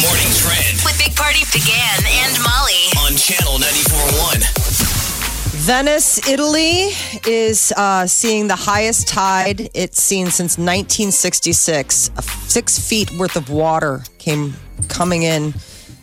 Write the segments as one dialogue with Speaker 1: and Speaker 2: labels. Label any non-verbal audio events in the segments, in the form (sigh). Speaker 1: morning trend
Speaker 2: with Big Party began and Molly.
Speaker 1: on channel 94.1.
Speaker 3: Venice, Italy is uh, seeing the highest tide it's seen since 1966. Six feet worth of water came coming in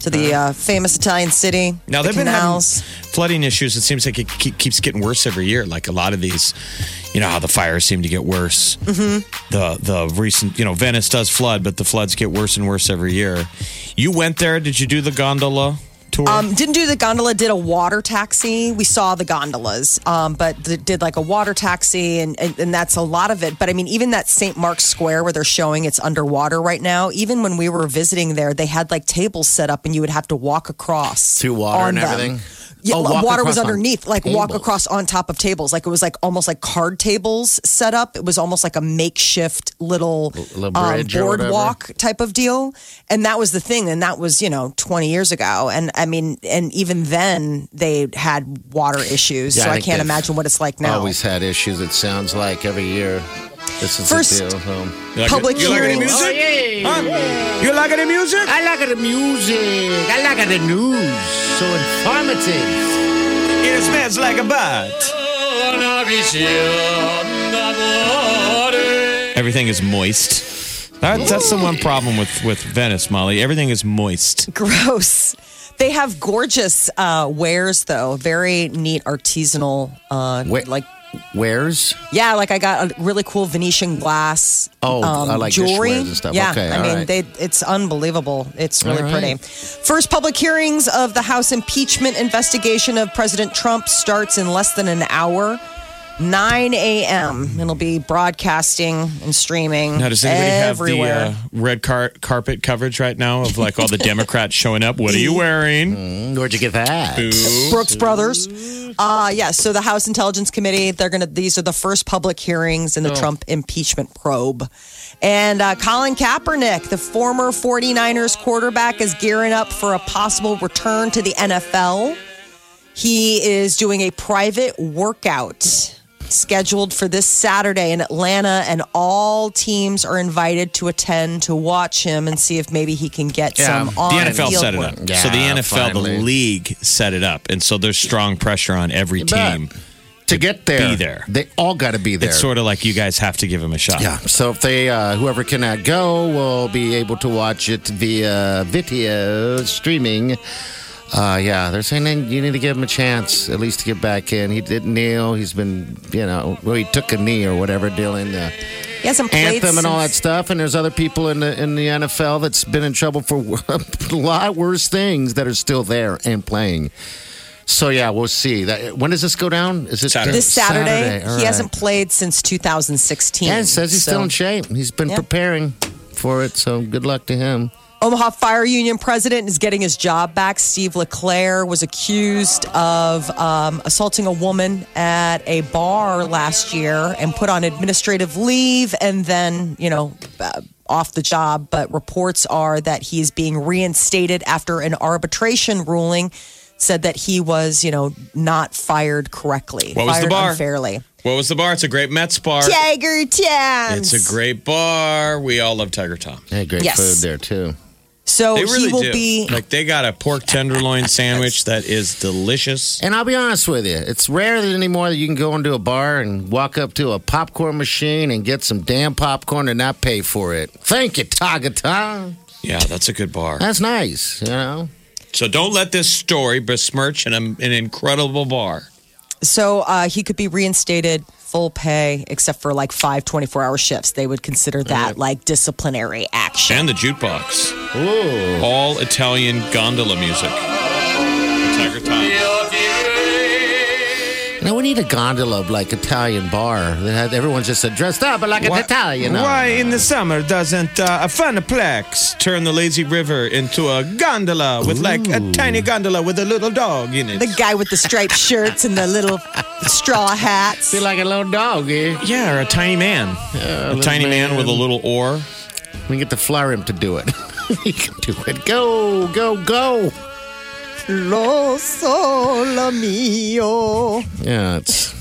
Speaker 3: to the uh, famous Italian city.
Speaker 4: Uh-huh. Now
Speaker 3: the
Speaker 4: they've been having
Speaker 3: canals.
Speaker 4: flooding issues. It seems like it keep, keeps getting worse every year. Like a lot of these, you know how the fires seem to get worse.
Speaker 3: Mm-hmm.
Speaker 4: The the recent, you know, Venice does flood, but the floods get worse and worse every year. You went there. Did you do the gondola tour?
Speaker 3: Um, didn't do the gondola. Did a water taxi. We saw the gondolas, um, but th- did like a water taxi, and, and and that's a lot of it. But I mean, even that St. Mark's Square where they're showing it's underwater right now. Even when we were visiting there, they had like tables set up, and you would have to walk across
Speaker 5: Through water
Speaker 3: on
Speaker 5: and
Speaker 3: them.
Speaker 5: everything?
Speaker 3: Yeah,
Speaker 5: Oh,
Speaker 3: like,
Speaker 5: walk
Speaker 3: water was
Speaker 5: across on
Speaker 3: underneath. Like walk
Speaker 5: tables.
Speaker 3: across on top of tables. Like it was like almost like card tables set up. It was almost like a makeshift little, um,
Speaker 5: little bridge or whatever.
Speaker 3: boardwalk type of deal. And that was the thing. And that was, you know, 20 years ago. And I mean, and even then they had water issues.
Speaker 5: Yeah,
Speaker 3: so
Speaker 5: I
Speaker 3: I,
Speaker 5: think
Speaker 3: can't
Speaker 5: they've
Speaker 3: imagine what it's like now.
Speaker 5: Always had issues, it sounds like, every year. This is
Speaker 3: First-
Speaker 5: the deal. So.
Speaker 4: You like
Speaker 3: public Uh,
Speaker 4: it? You like any
Speaker 3: hearings.
Speaker 4: music? Huh? You like any music?
Speaker 5: I like the music. I like the news. So informative.
Speaker 4: It smells like a butt. Everything is moist. That, that's the one problem with with Venice, Molly. Everything is moist.
Speaker 3: Gross. They have gorgeous uh, wares, though. Very neat artisanal, uh,
Speaker 5: Wait,
Speaker 3: like
Speaker 5: like, where's?
Speaker 3: Yeah, like I got a really cool Venetian glass.
Speaker 5: Oh, I like
Speaker 3: Um, jewelry
Speaker 5: dishwares and stuff.
Speaker 3: Yeah,
Speaker 5: Okay,
Speaker 3: I
Speaker 5: all
Speaker 3: mean,
Speaker 5: right.
Speaker 3: they, it's unbelievable. It's really
Speaker 5: All
Speaker 3: pretty.
Speaker 5: right.
Speaker 3: First public hearings of the House impeachment investigation of President Trump starts in less than an hour. 9 a.m. It'll be broadcasting and streaming
Speaker 4: Now, does anybody
Speaker 3: everywhere.
Speaker 4: have the uh, red car- carpet coverage right now of like all the Democrats showing up? What are you wearing?
Speaker 5: Mm, Where'd you get that?
Speaker 3: Brooks Brothers. Uh, yeah, so the House Intelligence Committee, they're going to, these are the first public hearings
Speaker 5: Oh.
Speaker 3: in the Trump impeachment probe. And uh, Colin Kaepernick, the former 49ers quarterback, is gearing up for a possible return to the NFL. He is doing a private workout scheduled for this Saturday in Atlanta, and all teams are invited to attend to watch him and see if maybe he can get
Speaker 5: Yeah,
Speaker 3: some
Speaker 5: the
Speaker 3: on
Speaker 4: The NFL
Speaker 3: field
Speaker 4: set it
Speaker 3: work.
Speaker 4: up. so the
Speaker 5: Yeah,
Speaker 4: NFL,
Speaker 5: finally.
Speaker 4: the league set it up. And so there's strong pressure on every
Speaker 5: bet.
Speaker 4: team.
Speaker 5: To get there,
Speaker 4: Be there.
Speaker 5: They all got to be there.
Speaker 4: It's sort of like you guys have to give him a shot.
Speaker 5: yeah. So if they, uh, whoever cannot go, will be able to watch it via video streaming. Uh, yeah, they're saying "Hey, you need to give him a chance at least to get back in. He didn't kneel. He's been, you know, well, he took a knee or whatever, dealing the
Speaker 3: He has some plates
Speaker 5: anthem and all that
Speaker 3: and-
Speaker 5: stuff. And there's other people in the in the NFL that's been in trouble for (laughs) a lot worse things that are still there and playing. So yeah, we'll see. That when does this go down? Is it
Speaker 4: Saturday.
Speaker 3: this Saturday.
Speaker 5: All
Speaker 3: He
Speaker 5: right.
Speaker 3: hasn't played since 2016.
Speaker 5: Yeah, it says he's
Speaker 3: So,
Speaker 5: still in shape. He's been
Speaker 3: Yeah.
Speaker 5: preparing for it, so good luck to him.
Speaker 3: Omaha Fire Union president is getting his job back. Steve LeClaire was accused of um, assaulting a woman at a bar last year and put on administrative leave and then, you know, uh, off the job. But reports are that he is being reinstated after an arbitration ruling said that he was, you know, not fired correctly.
Speaker 4: What was
Speaker 3: fired
Speaker 4: the bar?
Speaker 3: Unfairly.
Speaker 4: What was the bar? It's a great Mets bar.
Speaker 3: Tiger Towns.
Speaker 4: It's a great bar. We all love Tiger Tom.
Speaker 5: They had great
Speaker 3: Yes.
Speaker 5: food there too.
Speaker 3: So
Speaker 4: They really
Speaker 3: Oh, he will
Speaker 4: do.
Speaker 3: be
Speaker 4: like they got a pork
Speaker 3: (laughs)
Speaker 4: tenderloin sandwich that is delicious.
Speaker 5: And I'll be honest with you, it's rare that anymore that you can go into a bar and walk up to a popcorn machine and get some damn popcorn and not pay for it. Thank you, Tagata.
Speaker 4: Yeah, that's a good bar.
Speaker 5: That's nice, you know.
Speaker 4: So don't let this story besmirch an, um, an incredible bar.
Speaker 3: so uh, he could be reinstated full pay except for like five 24 hour shifts. They would consider that like disciplinary action.
Speaker 4: And the jukebox.
Speaker 5: Ooh.
Speaker 4: All Italian gondola music. Tiger Tom.
Speaker 5: Now we need a gondola of like Italian bar. They had- Everyone's just uh, dressed up like an Italian. No,
Speaker 4: why
Speaker 5: no, no.
Speaker 4: in the summer doesn't uh, a funplex turn the lazy river into a gondola with like a tiny gondola with a little dog in it?
Speaker 3: The guy with the striped shirts and the little straw hats.
Speaker 5: Be like a little dog. Eh?
Speaker 4: yeah, or a tiny man. a
Speaker 5: little
Speaker 4: tiny man. with a
Speaker 5: man.
Speaker 4: little oar.
Speaker 5: We can get the Florim to do it. (laughs) he can do it. Go, go, go.
Speaker 3: Lo solo mio.
Speaker 5: Yeah, it's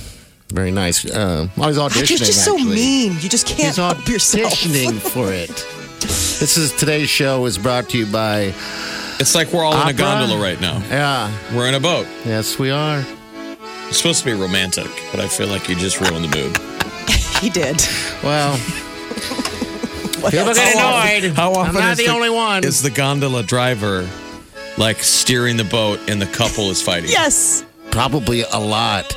Speaker 5: very nice. Uh, I was auditioning.
Speaker 3: You're just so
Speaker 5: actually.
Speaker 3: mean. You just can't
Speaker 5: He's
Speaker 3: help yourself.
Speaker 5: auditioning for it. This is today's show is brought to you by.
Speaker 4: It's like we're all in a
Speaker 5: Opera?
Speaker 4: gondola right now.
Speaker 5: Yeah,
Speaker 4: We're in a boat.
Speaker 5: yes, we are.
Speaker 4: It's supposed to be romantic, but I feel like you just ruined the mood.
Speaker 3: (laughs) He
Speaker 5: (laughs)
Speaker 3: did.
Speaker 5: Well,
Speaker 3: What
Speaker 5: people
Speaker 3: else?
Speaker 5: get annoyed.
Speaker 4: How often
Speaker 5: I'm not
Speaker 4: is
Speaker 5: the, only one.
Speaker 4: Is the gondola driver like steering the boat and the couple is fighting?
Speaker 3: Yes.
Speaker 5: probably a lot.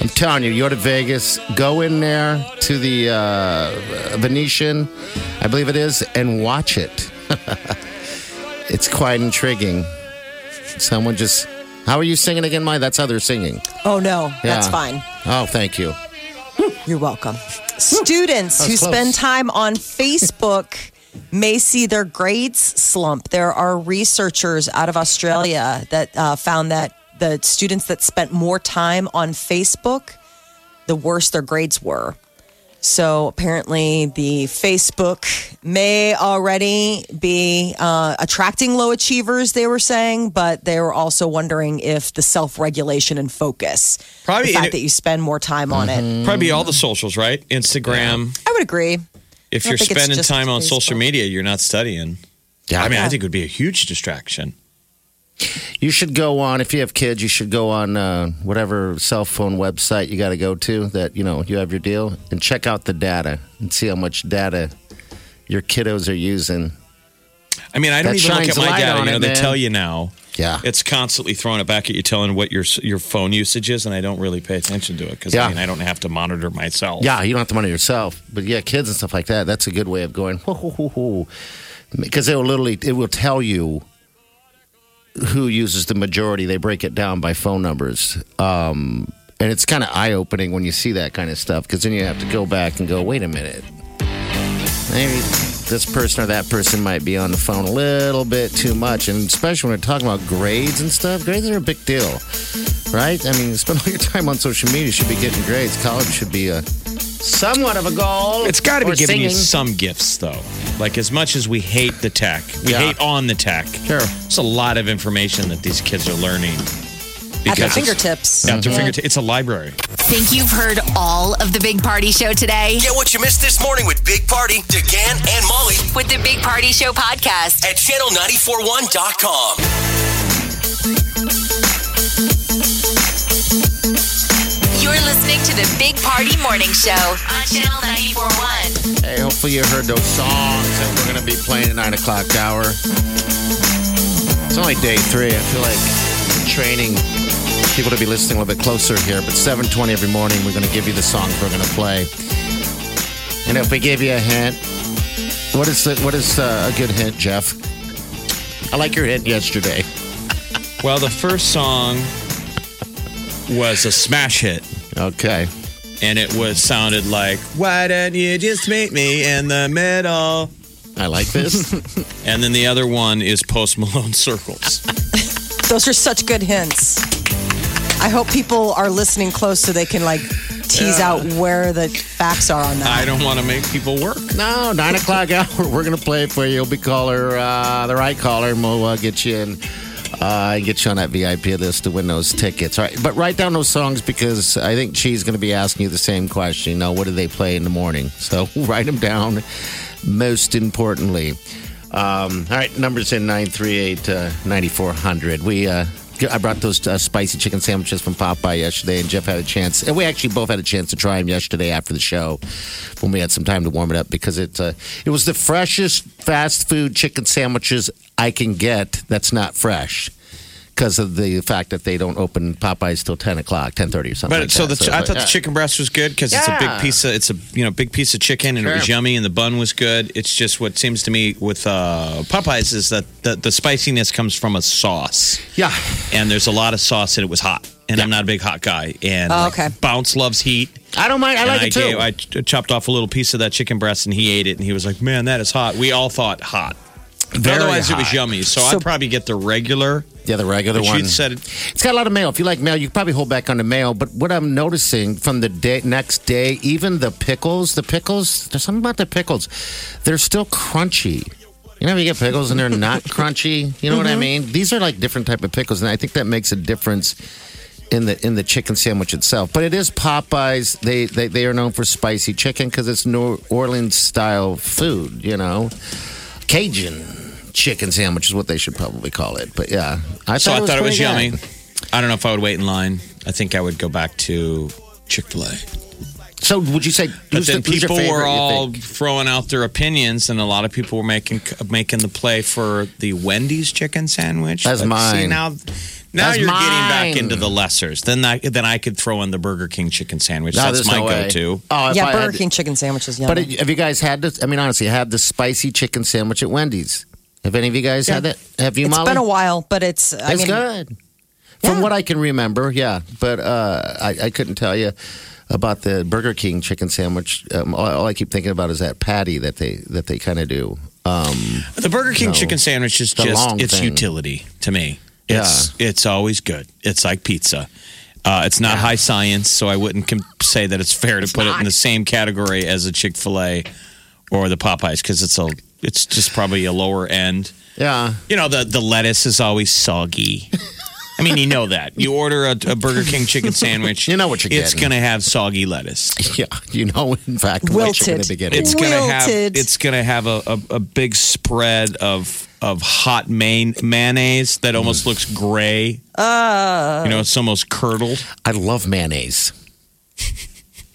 Speaker 5: I'm telling you, you're to Vegas, go in there to the uh, Venetian, I believe it is, and watch it. (laughs) it's quite intriguing. Someone just, how are you singing again, Maya? That's how they're singing.
Speaker 3: Oh no, that's
Speaker 5: Yeah.
Speaker 3: fine.
Speaker 5: Oh, thank you.
Speaker 3: You're welcome. Students who
Speaker 5: was close.
Speaker 3: spend time on
Speaker 5: (laughs)
Speaker 3: Facebook may see their grades slump. There are researchers out of Australia that uh, found that the students that spent more time on Facebook, the worse their grades were. So apparently, the Facebook may already be uh, attracting low achievers, they were saying, but they were also wondering if the self regulation and focus,
Speaker 4: Probably
Speaker 3: the fact
Speaker 4: in-
Speaker 3: that you spend more time on
Speaker 5: Mm-hmm.
Speaker 3: it.
Speaker 4: Probably all the socials, right? Instagram.
Speaker 3: I would agree.
Speaker 4: If
Speaker 3: Mm-hmm. I
Speaker 4: you're
Speaker 3: think it's
Speaker 4: spending
Speaker 3: just
Speaker 4: time on social
Speaker 3: Facebook.
Speaker 4: media, you're not studying.
Speaker 5: Yeah.
Speaker 4: I mean, I think it would be a huge distraction.
Speaker 5: You should go on, if you have kids, you should go on uh, whatever cell phone website you got to go to that, you know, you have your deal and check out the data and see how much data your kiddos are using.
Speaker 4: I mean, I don't
Speaker 5: That
Speaker 4: even look at
Speaker 5: shines a
Speaker 4: my
Speaker 5: light
Speaker 4: data.
Speaker 5: on
Speaker 4: You know,
Speaker 5: it,
Speaker 4: they
Speaker 5: man.
Speaker 4: tell you now.
Speaker 5: Yeah.
Speaker 4: It's constantly throwing it back at you, telling what your your phone usage is, and I don't really pay attention to it because I
Speaker 5: Yeah.
Speaker 4: mean, I don't have to monitor myself.
Speaker 5: Yeah, you don't have to monitor yourself, but yeah, kids and stuff like that. That's a good way of going. Because they will literally, it will tell you who uses the majority. They break it down by phone numbers, um, and it's kind of eye opening when you see that kind of stuff. Because then you have to go back and go, wait a minute, maybe this person or that person might be on the phone a little bit too much, and especially when we're talking about grades and stuff. Grades are a big deal, right? I mean, (laughs) you spend all your time on social media, you should be getting grades. College should be a somewhat of a goal.
Speaker 4: It's got to be
Speaker 5: Or
Speaker 4: giving you
Speaker 5: singing.
Speaker 4: some gifts, though. Like as much as we hate the tech, we
Speaker 5: Yeah.
Speaker 4: hate on the tech.
Speaker 5: Sure.
Speaker 4: there's a lot of information that these kids are learning
Speaker 3: At their
Speaker 4: it's-
Speaker 3: fingertips.
Speaker 4: At
Speaker 5: Mm-hmm.
Speaker 4: their fingertips, it's a library.
Speaker 2: Think you've heard all of the Big Party Show today
Speaker 1: Get what you missed this morning with Big Party, DeGan, and Molly
Speaker 2: with the Big Party Show podcast.
Speaker 1: at channel941.com.
Speaker 2: You're listening to the Big Party Morning Show on Channel 941.
Speaker 5: Hey, hopefully you heard those songs that we're going to be playing at 9 o'clock hour. It's only day three. I feel like we're training people to be listening a little bit closer here. But 7.20 every morning, we're going to give you the songs we're going to play. And if we give you a hint, what is, the, what is uh, a good hint, Jeff? I like your hint yesterday.
Speaker 4: Well, the first song was a smash hit.
Speaker 5: Okay.
Speaker 4: and it was sounded like why don't you just meet me in the middle
Speaker 5: I like this.
Speaker 4: and then the other one is post malone (laughs) circles
Speaker 3: Those are such good hints. I hope people are listening close so they can like tease out where the facts are on that.
Speaker 4: i don't want to make people work
Speaker 5: No, nine o'clock hour. (laughs) We're gonna play it for you. You'll be caller, uh, the right caller, and we'll uh, get you in. Uh, and get you on that VIP list to win those tickets. All right, but write down those songs because I think Chee's going to be asking you the same question. You know, what do they play in the morning? So (laughs) write them down. Most importantly, um, all right, numbers in 938 uh, 9400. We, uh, I brought those uh, spicy chicken sandwiches from Popeye yesterday, and Jeff had a chance, and we actually both had a chance to try them yesterday after the show when we had some time to warm it up because it, uh, it was the freshest fast food chicken sandwiches I can get that's not fresh. because of the fact that they don't open Popeyes till ten o'clock, ten thirty or something.
Speaker 4: But
Speaker 5: like
Speaker 4: so the
Speaker 5: that. uh,
Speaker 4: ch- I
Speaker 5: it's
Speaker 4: thought
Speaker 5: like,
Speaker 4: the chicken breast was good because it's a
Speaker 5: Yeah.
Speaker 4: big piece of it's a you know big piece of chicken and it was
Speaker 5: Sure.
Speaker 4: yummy and the bun was good. It's just what seems to me with uh, Popeyes is that the, the spiciness comes from a sauce
Speaker 5: yeah.
Speaker 4: and there's a lot of sauce and it was hot and I'm not a big hot guy and
Speaker 3: Oh,
Speaker 4: like,
Speaker 3: okay.
Speaker 4: Bounce loves heat.
Speaker 5: yeah, I don't mind. I
Speaker 4: and
Speaker 5: like
Speaker 4: I
Speaker 5: it too.
Speaker 4: gave I ch- chopped off a little piece of that chicken breast and he ate it and he was like, man, that is hot. We all thought hot. But
Speaker 5: Very
Speaker 4: Otherwise, it was
Speaker 5: hot.
Speaker 4: yummy. So, I'd probably get the regular.
Speaker 5: yeah, the regular
Speaker 4: But
Speaker 5: one.
Speaker 4: you said
Speaker 5: It's got a lot of mail. If you like mail, you can probably hold back on the mail. But what I'm noticing from the day next day, even the pickles, the pickles, there's something about the pickles. They're still crunchy. You know, how you get pickles and they're
Speaker 4: (laughs)
Speaker 5: not crunchy. You know what I
Speaker 4: Mm-hmm.
Speaker 5: mean? These are like different type of pickles, and I think that makes a difference in the in the chicken sandwich itself. But it is Popeyes. They they, they are known for spicy chicken because it's New Orleans style food. You know, Cajun chicken sandwich is what they should probably call it. But yeah, I
Speaker 4: So I thought it was
Speaker 5: pretty
Speaker 4: yummy.
Speaker 5: good.
Speaker 4: I don't know if I would wait in line. I think I would go back to Chick fil A.
Speaker 5: So would you say
Speaker 4: But
Speaker 5: who's
Speaker 4: then
Speaker 5: the, who's your
Speaker 4: people
Speaker 5: favorite,
Speaker 4: were
Speaker 5: you
Speaker 4: all
Speaker 5: think?
Speaker 4: throwing out their opinions, and a lot of people were making making the play for the Wendy's chicken sandwich.
Speaker 5: That's
Speaker 4: But See,
Speaker 5: mine.
Speaker 4: now now
Speaker 5: That's
Speaker 4: you're getting back
Speaker 5: mine.
Speaker 4: into the lessers. Then I, then I could throw in the Burger King chicken sandwich.
Speaker 5: No,
Speaker 4: That's
Speaker 5: there's
Speaker 4: my
Speaker 5: no way.
Speaker 4: go to.
Speaker 5: Oh, if
Speaker 3: yeah,
Speaker 5: I
Speaker 3: Burger
Speaker 5: had-
Speaker 3: King chicken sandwiches.
Speaker 5: But
Speaker 3: Yummy.
Speaker 5: it, have you guys had this? I mean, honestly, had the spicy chicken sandwich at Wendy's. Have any of you guys had it? Have you,
Speaker 3: it's
Speaker 5: Molly?
Speaker 3: been a while, but it's. I
Speaker 5: It's
Speaker 3: mean,
Speaker 5: good. From
Speaker 3: Yeah.
Speaker 5: what I can remember, yeah. But uh, I, I couldn't tell you about the Burger King chicken sandwich. Um, all, all I keep thinking about is that patty that they that they kind of do. Um,
Speaker 4: The Burger King
Speaker 5: No.
Speaker 4: chicken sandwich is
Speaker 5: The
Speaker 4: just
Speaker 5: long
Speaker 4: its
Speaker 5: thing.
Speaker 4: utility to me. It's it's always good. It's like pizza. Uh, it's not high science, so I wouldn't com- say that it's fair to put it in the same category as a Chick Fil A or the Popeyes because it's a it's just probably a lower end.
Speaker 5: yeah. (laughs)
Speaker 4: You know the the lettuce is always soggy. I mean, you know that. You order a, a Burger King
Speaker 5: (laughs)
Speaker 4: chicken sandwich.
Speaker 5: You know what you're
Speaker 4: It's
Speaker 5: getting.
Speaker 4: going to have soggy lettuce.
Speaker 5: Yeah. You know, in fact, what you're
Speaker 3: Wilted.
Speaker 5: gonna be getting.
Speaker 4: It's gonna have
Speaker 3: Wilted.
Speaker 4: it's gonna have a, a, a big spread of of hot main, mayonnaise that almost looks gray. Uh, you know, it's almost curdled.
Speaker 5: I love (laughs) mayonnaise.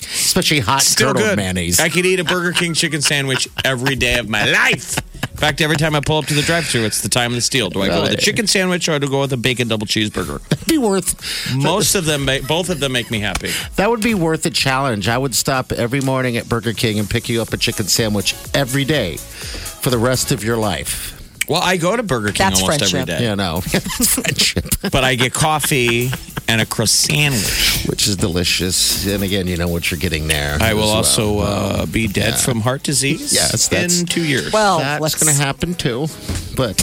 Speaker 5: Especially hot
Speaker 4: Still
Speaker 5: curdled
Speaker 4: good
Speaker 5: mayonnaise.
Speaker 4: I could eat a Burger King chicken sandwich every day of my life. In fact, every time I pull up to the drive-through, it's the time of the steal. Do I go with a chicken sandwich or do I go with a bacon double cheeseburger?
Speaker 5: That'd be worth
Speaker 4: Most of them, make, both of them, make me happy.
Speaker 5: that would be worth a challenge. I would stop every morning at Burger King and pick you up a chicken sandwich every day for the rest of your life.
Speaker 4: Well, I go to Burger King
Speaker 3: That's
Speaker 4: almost
Speaker 3: friendship.
Speaker 4: every day,
Speaker 5: You (laughs) know, friendship,
Speaker 4: but I get coffee and a croissant sandwich.
Speaker 5: which is delicious. And again, you know what you're getting there.
Speaker 4: I will
Speaker 5: as
Speaker 4: also
Speaker 5: well. Um,
Speaker 4: uh, be dead from heart disease
Speaker 5: Yes, that's-
Speaker 4: in two years.
Speaker 3: well,
Speaker 5: That's
Speaker 3: let's
Speaker 5: going to happen too. But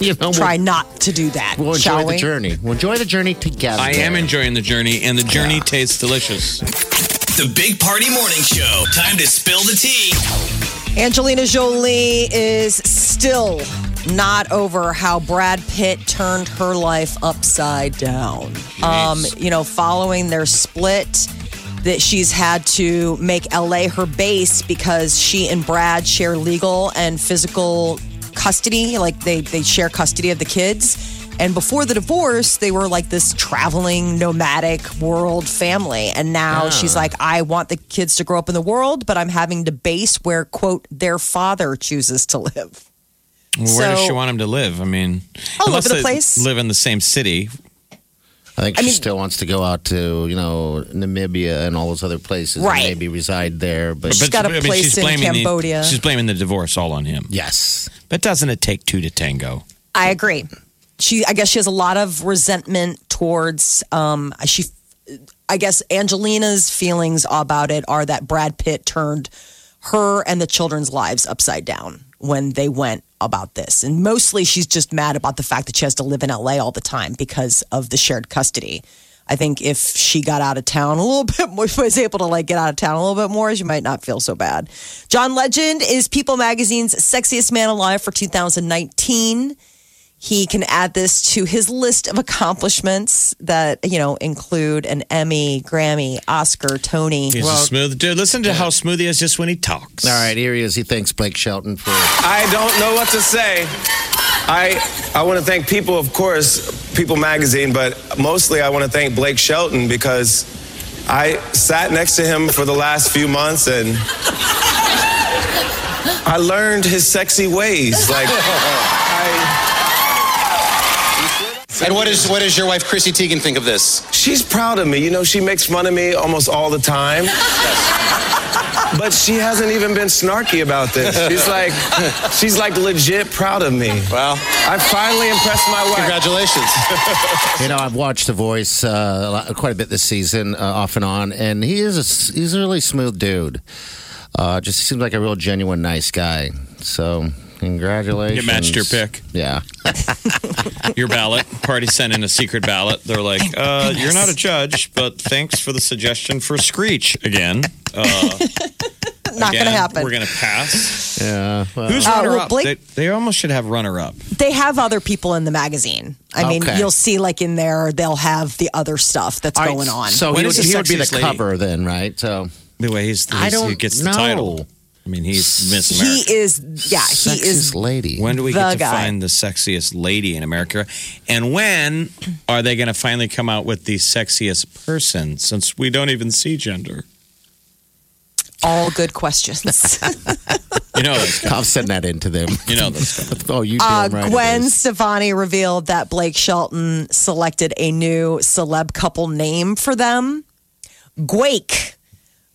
Speaker 5: (laughs) you know,
Speaker 3: try
Speaker 5: we'll,
Speaker 3: not to do that.
Speaker 5: we'll enjoy
Speaker 3: shall
Speaker 5: the
Speaker 3: we?
Speaker 5: journey. We'll enjoy the journey together.
Speaker 4: I am enjoying the journey, and the journey tastes delicious.
Speaker 1: The Big Party Morning Show. Time to spill the tea.
Speaker 3: Angelina Jolie is still not over how Brad Pitt turned her life upside down. Um, you know, following their split, that she's had to make LA her base because she and Brad share legal and physical custody. Like they they share custody of the kids. And before the divorce, they were like this traveling, nomadic world family. And now she's like, I want the kids to grow up in the world, but I'm having to base where, quote, their father chooses to live.
Speaker 4: Well, Where does
Speaker 3: So-
Speaker 4: she want him to live? I mean,
Speaker 3: All
Speaker 4: unless
Speaker 3: over the
Speaker 4: they
Speaker 3: place.
Speaker 4: Live in the same city.
Speaker 5: I think
Speaker 3: I
Speaker 5: she
Speaker 3: mean-
Speaker 5: still wants to go out to you know Namibia and all those other places,
Speaker 3: Right.
Speaker 5: And maybe reside there, but.
Speaker 3: She's got a place in
Speaker 4: the-
Speaker 3: Cambodia.
Speaker 4: she's blaming the divorce all on him.
Speaker 5: Yes.
Speaker 4: But doesn't it take two to tango?
Speaker 3: I agree. She, I guess, she has a lot of resentment towards. Um, she, I guess, Angelina's feelings about it are that Brad Pitt turned her and the children's lives upside down when they went about this, and mostly she's just mad about the fact that she has to live in LA all the time because of the shared custody. I think if she got out of town a little (laughs) bit more, was able to like get out of town a little bit more, she might not feel so bad. John Legend is People Magazine's sexiest man alive for 2019 he can add this to his list of accomplishments that you know include an Emmy, Grammy, Oscar, Tony.
Speaker 4: He's a smooth dude. Listen to how smooth he is just when he talks.
Speaker 5: All right, here he is. He thanks Blake Shelton for.
Speaker 6: I don't know what to say. I I want to thank people, of course, People Magazine, but mostly I want to thank Blake Shelton because I sat next to him for the last few months and I learned his sexy ways. Like I.
Speaker 7: And what is what does your wife Chrissy Teigen think of this?
Speaker 6: She's proud of me. You know, she makes fun of me almost all the time. But she hasn't even been snarky about this. She's like, she's like legit proud of me.
Speaker 7: Well,
Speaker 6: I finally impressed my wife.
Speaker 7: congratulations.
Speaker 5: You know, I've watched The Voice uh, a lot- quite a bit this season, uh, off and on, and he is a, s- he's a really smooth dude. Uh, just seems like a real genuine nice guy. So, congratulations.
Speaker 4: You matched your pick.
Speaker 3: (laughs)
Speaker 5: Yeah.
Speaker 4: Your ballot. Party sent in a secret ballot. They're like,
Speaker 3: (laughs)
Speaker 4: uh, you're not a judge, but thanks for the suggestion for Screech again. Uh,
Speaker 3: Not going to happen.
Speaker 4: We're going to pass.
Speaker 5: Yeah. Well,
Speaker 4: Who's
Speaker 3: Uh, well,
Speaker 4: runner up?
Speaker 3: Blake-
Speaker 4: they, they almost should have runner up.
Speaker 3: they have other people in the magazine. I mean,
Speaker 5: Okay.
Speaker 3: you'll see like in there, they'll have the other stuff that's
Speaker 5: all right,
Speaker 3: going on.
Speaker 5: So,
Speaker 4: When
Speaker 5: he would,
Speaker 4: is the
Speaker 5: he would be the
Speaker 4: sexiest lady?
Speaker 5: cover then, right? So,
Speaker 4: Anyway, he's, he's
Speaker 5: I
Speaker 4: he
Speaker 5: don't
Speaker 4: gets the
Speaker 5: know.
Speaker 4: title. I mean, he's Miss America.
Speaker 3: he is, yeah, he
Speaker 5: sexiest
Speaker 3: is.
Speaker 5: lady.
Speaker 4: When do we get
Speaker 3: The
Speaker 4: to
Speaker 3: guy.
Speaker 4: find the sexiest lady in America? And when are they going to finally come out with the sexiest person since we don't even see gender?
Speaker 3: All good questions. (laughs)
Speaker 4: You know this. guy.
Speaker 5: I'll send that in to them.
Speaker 4: You know this. guy.
Speaker 5: oh, you
Speaker 3: Uh,
Speaker 5: damn right it
Speaker 3: Gwen
Speaker 5: is.
Speaker 3: Stefani revealed that Blake Shelton selected a new celeb couple name for them Gwake.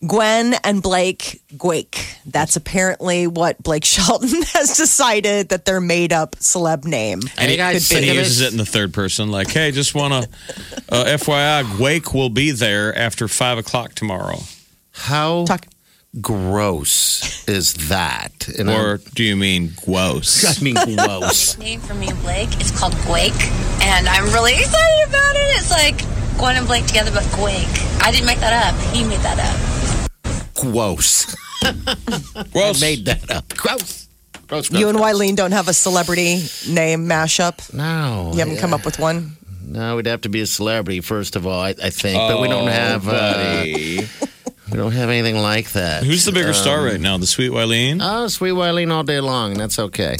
Speaker 3: Gwen and Blake Gwake. That's apparently what Blake (laughs) Shelton has decided that their made up celeb name.
Speaker 4: And he,
Speaker 5: Hey, guys,
Speaker 4: and he
Speaker 5: think of
Speaker 4: uses
Speaker 5: it.
Speaker 4: it in the third person, like, "Hey, just want to, uh, FYI, Wake will be there after five o'clock tomorrow."
Speaker 5: How
Speaker 3: Talk-
Speaker 5: gross is that? And
Speaker 4: Or do you mean
Speaker 5: I,
Speaker 4: gross?
Speaker 5: I mean, gross.
Speaker 8: Name for me and Blake. It's called Gwake, and I'm really excited about it. It's like Gwen and Blake together, but Gwake. I didn't make that up. He made that up.
Speaker 5: (laughs) gross.
Speaker 4: Gross.
Speaker 5: Made that up. Gross. Gross. gross
Speaker 3: You and
Speaker 5: gross.
Speaker 3: Wileen don't have a celebrity name mashup.
Speaker 5: No.
Speaker 3: You haven't come
Speaker 5: yeah.
Speaker 3: up with one.
Speaker 5: No, we'd have to be a celebrity first of all, I, I think. but we don't have uh, we don't have anything like that.
Speaker 4: Who's the bigger star right now? The sweet Wileen.
Speaker 5: Oh, sweet Wileen all day long. That's okay.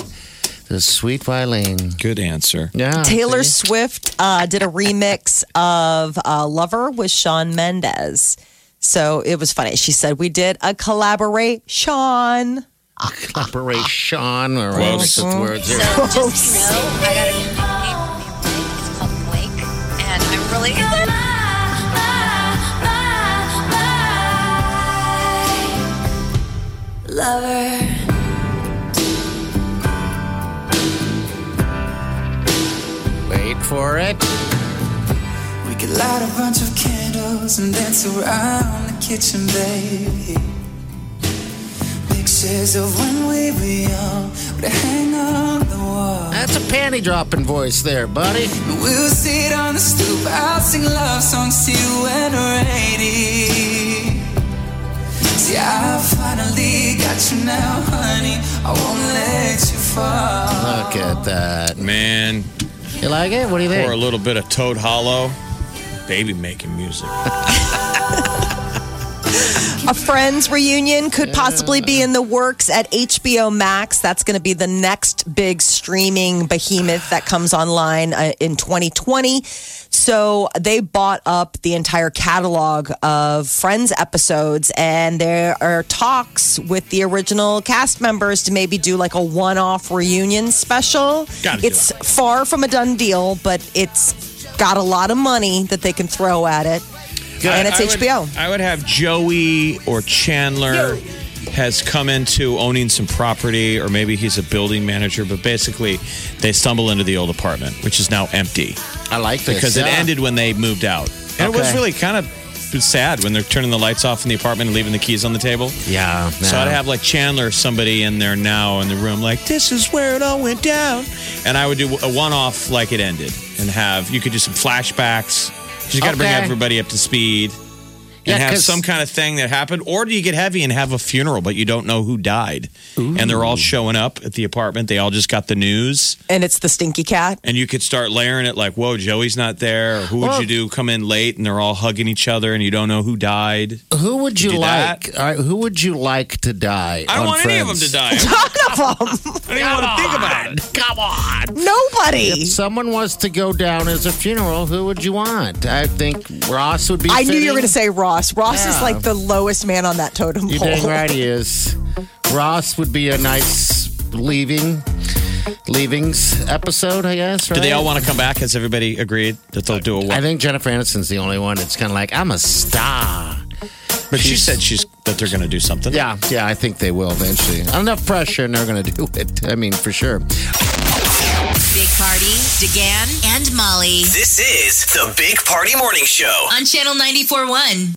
Speaker 5: The sweet Wileen.
Speaker 4: Good answer.
Speaker 5: Yeah.
Speaker 3: Taylor
Speaker 5: see?
Speaker 3: Swift uh, did a remix of uh, Lover with Sean Mendez. So it was funny. She said, We did a collaborate, Sean.
Speaker 5: Operation or whatever
Speaker 4: Gross.
Speaker 5: the words
Speaker 8: So
Speaker 5: are.
Speaker 8: just so you know, I got a new name for me and Blake. It's called Gwake, and I'm really excited. Lover.
Speaker 5: Wait for it.
Speaker 9: We could light a bunch of candles and dance around the kitchen, baby. Pictures of when we were young would hang on the wall.
Speaker 5: That's a panty dropping voice there, buddy.
Speaker 9: We'll sit on the stoop, I'll sing love songs to you when we're 80. See, I finally got you now, honey. I won't let you fall.
Speaker 5: Look at that.
Speaker 4: Man,
Speaker 5: You like it? What do you
Speaker 4: or a
Speaker 5: think?
Speaker 4: little bit of Toad Hollow. Baby making music.
Speaker 3: A friends reunion could possibly be in the works at HBO Max. That's going to be the next big streaming behemoth that comes online uh, in 2020. So they bought up the entire catalog of Friends episodes, and there are talks with the original cast members to maybe do like a one off reunion special.
Speaker 4: Gotta do
Speaker 3: it's far from a done deal, but it's got a lot of money that they can throw at it. And it's
Speaker 4: I would-
Speaker 3: HBO.
Speaker 4: I would have Joey or Chandler has come into owning some property, or maybe he's a building manager, but basically they stumble into the old apartment, which is now empty
Speaker 5: I like this.
Speaker 4: because it
Speaker 5: yeah.
Speaker 4: ended when they moved out. And it was
Speaker 5: Okay.
Speaker 4: really kind of sad when they're turning the lights off in the apartment and leaving the keys on the table.
Speaker 5: Yeah.
Speaker 4: So I'd
Speaker 5: no.
Speaker 4: have like Chandler or somebody in there now in the room, like, this is where it all went down. And I would do a one off like it ended and have, you could do some flashbacks. 'Cause You got to bring
Speaker 5: Okay.
Speaker 4: everybody up to speed
Speaker 5: Yeah,
Speaker 4: and have
Speaker 5: 'cause-
Speaker 4: some kind of thing that happened. Or do you get heavy and have a funeral, but you don't know who died? And they're all showing up at the apartment. They all just got the news.
Speaker 3: And it's the stinky cat.
Speaker 4: And you could start layering it like, whoa, Joey's not there. Or, who would
Speaker 5: Well-
Speaker 4: you do come in late and they're all hugging each other and you don't know who died?
Speaker 5: Who would you
Speaker 4: do
Speaker 5: like?
Speaker 4: that?
Speaker 5: All right, who would you like to die?
Speaker 4: I don't
Speaker 5: on
Speaker 4: want any of them
Speaker 5: Friends?
Speaker 4: to die. I don't even want to think about it.
Speaker 5: Come on.
Speaker 3: (laughs) Nobody.
Speaker 5: If someone was to go down as a funeral, who would you want? I think Ross would be.
Speaker 3: I knew you were going to say
Speaker 5: fitting.
Speaker 3: Ross. Ross is
Speaker 5: Yeah.
Speaker 3: like the lowest man on that totem
Speaker 5: You're
Speaker 3: pole.
Speaker 5: dang right he is. Ross would be a nice leaving. leavings episode, I guess. Right?
Speaker 4: Do they all want to come back? Has everybody agreed that they'll do a one?
Speaker 5: I think Jennifer Aniston's the only one. It's kind of like I'm a star.
Speaker 4: But she said she's that they're going to do something.
Speaker 5: Yeah, yeah, I think they will eventually. Enough pressure, and they're going to (laughs) do it. I mean, for sure.
Speaker 8: Big Party, DeGan, and Molly
Speaker 1: This is the Big Party Morning Show.
Speaker 8: on Channel 94.1.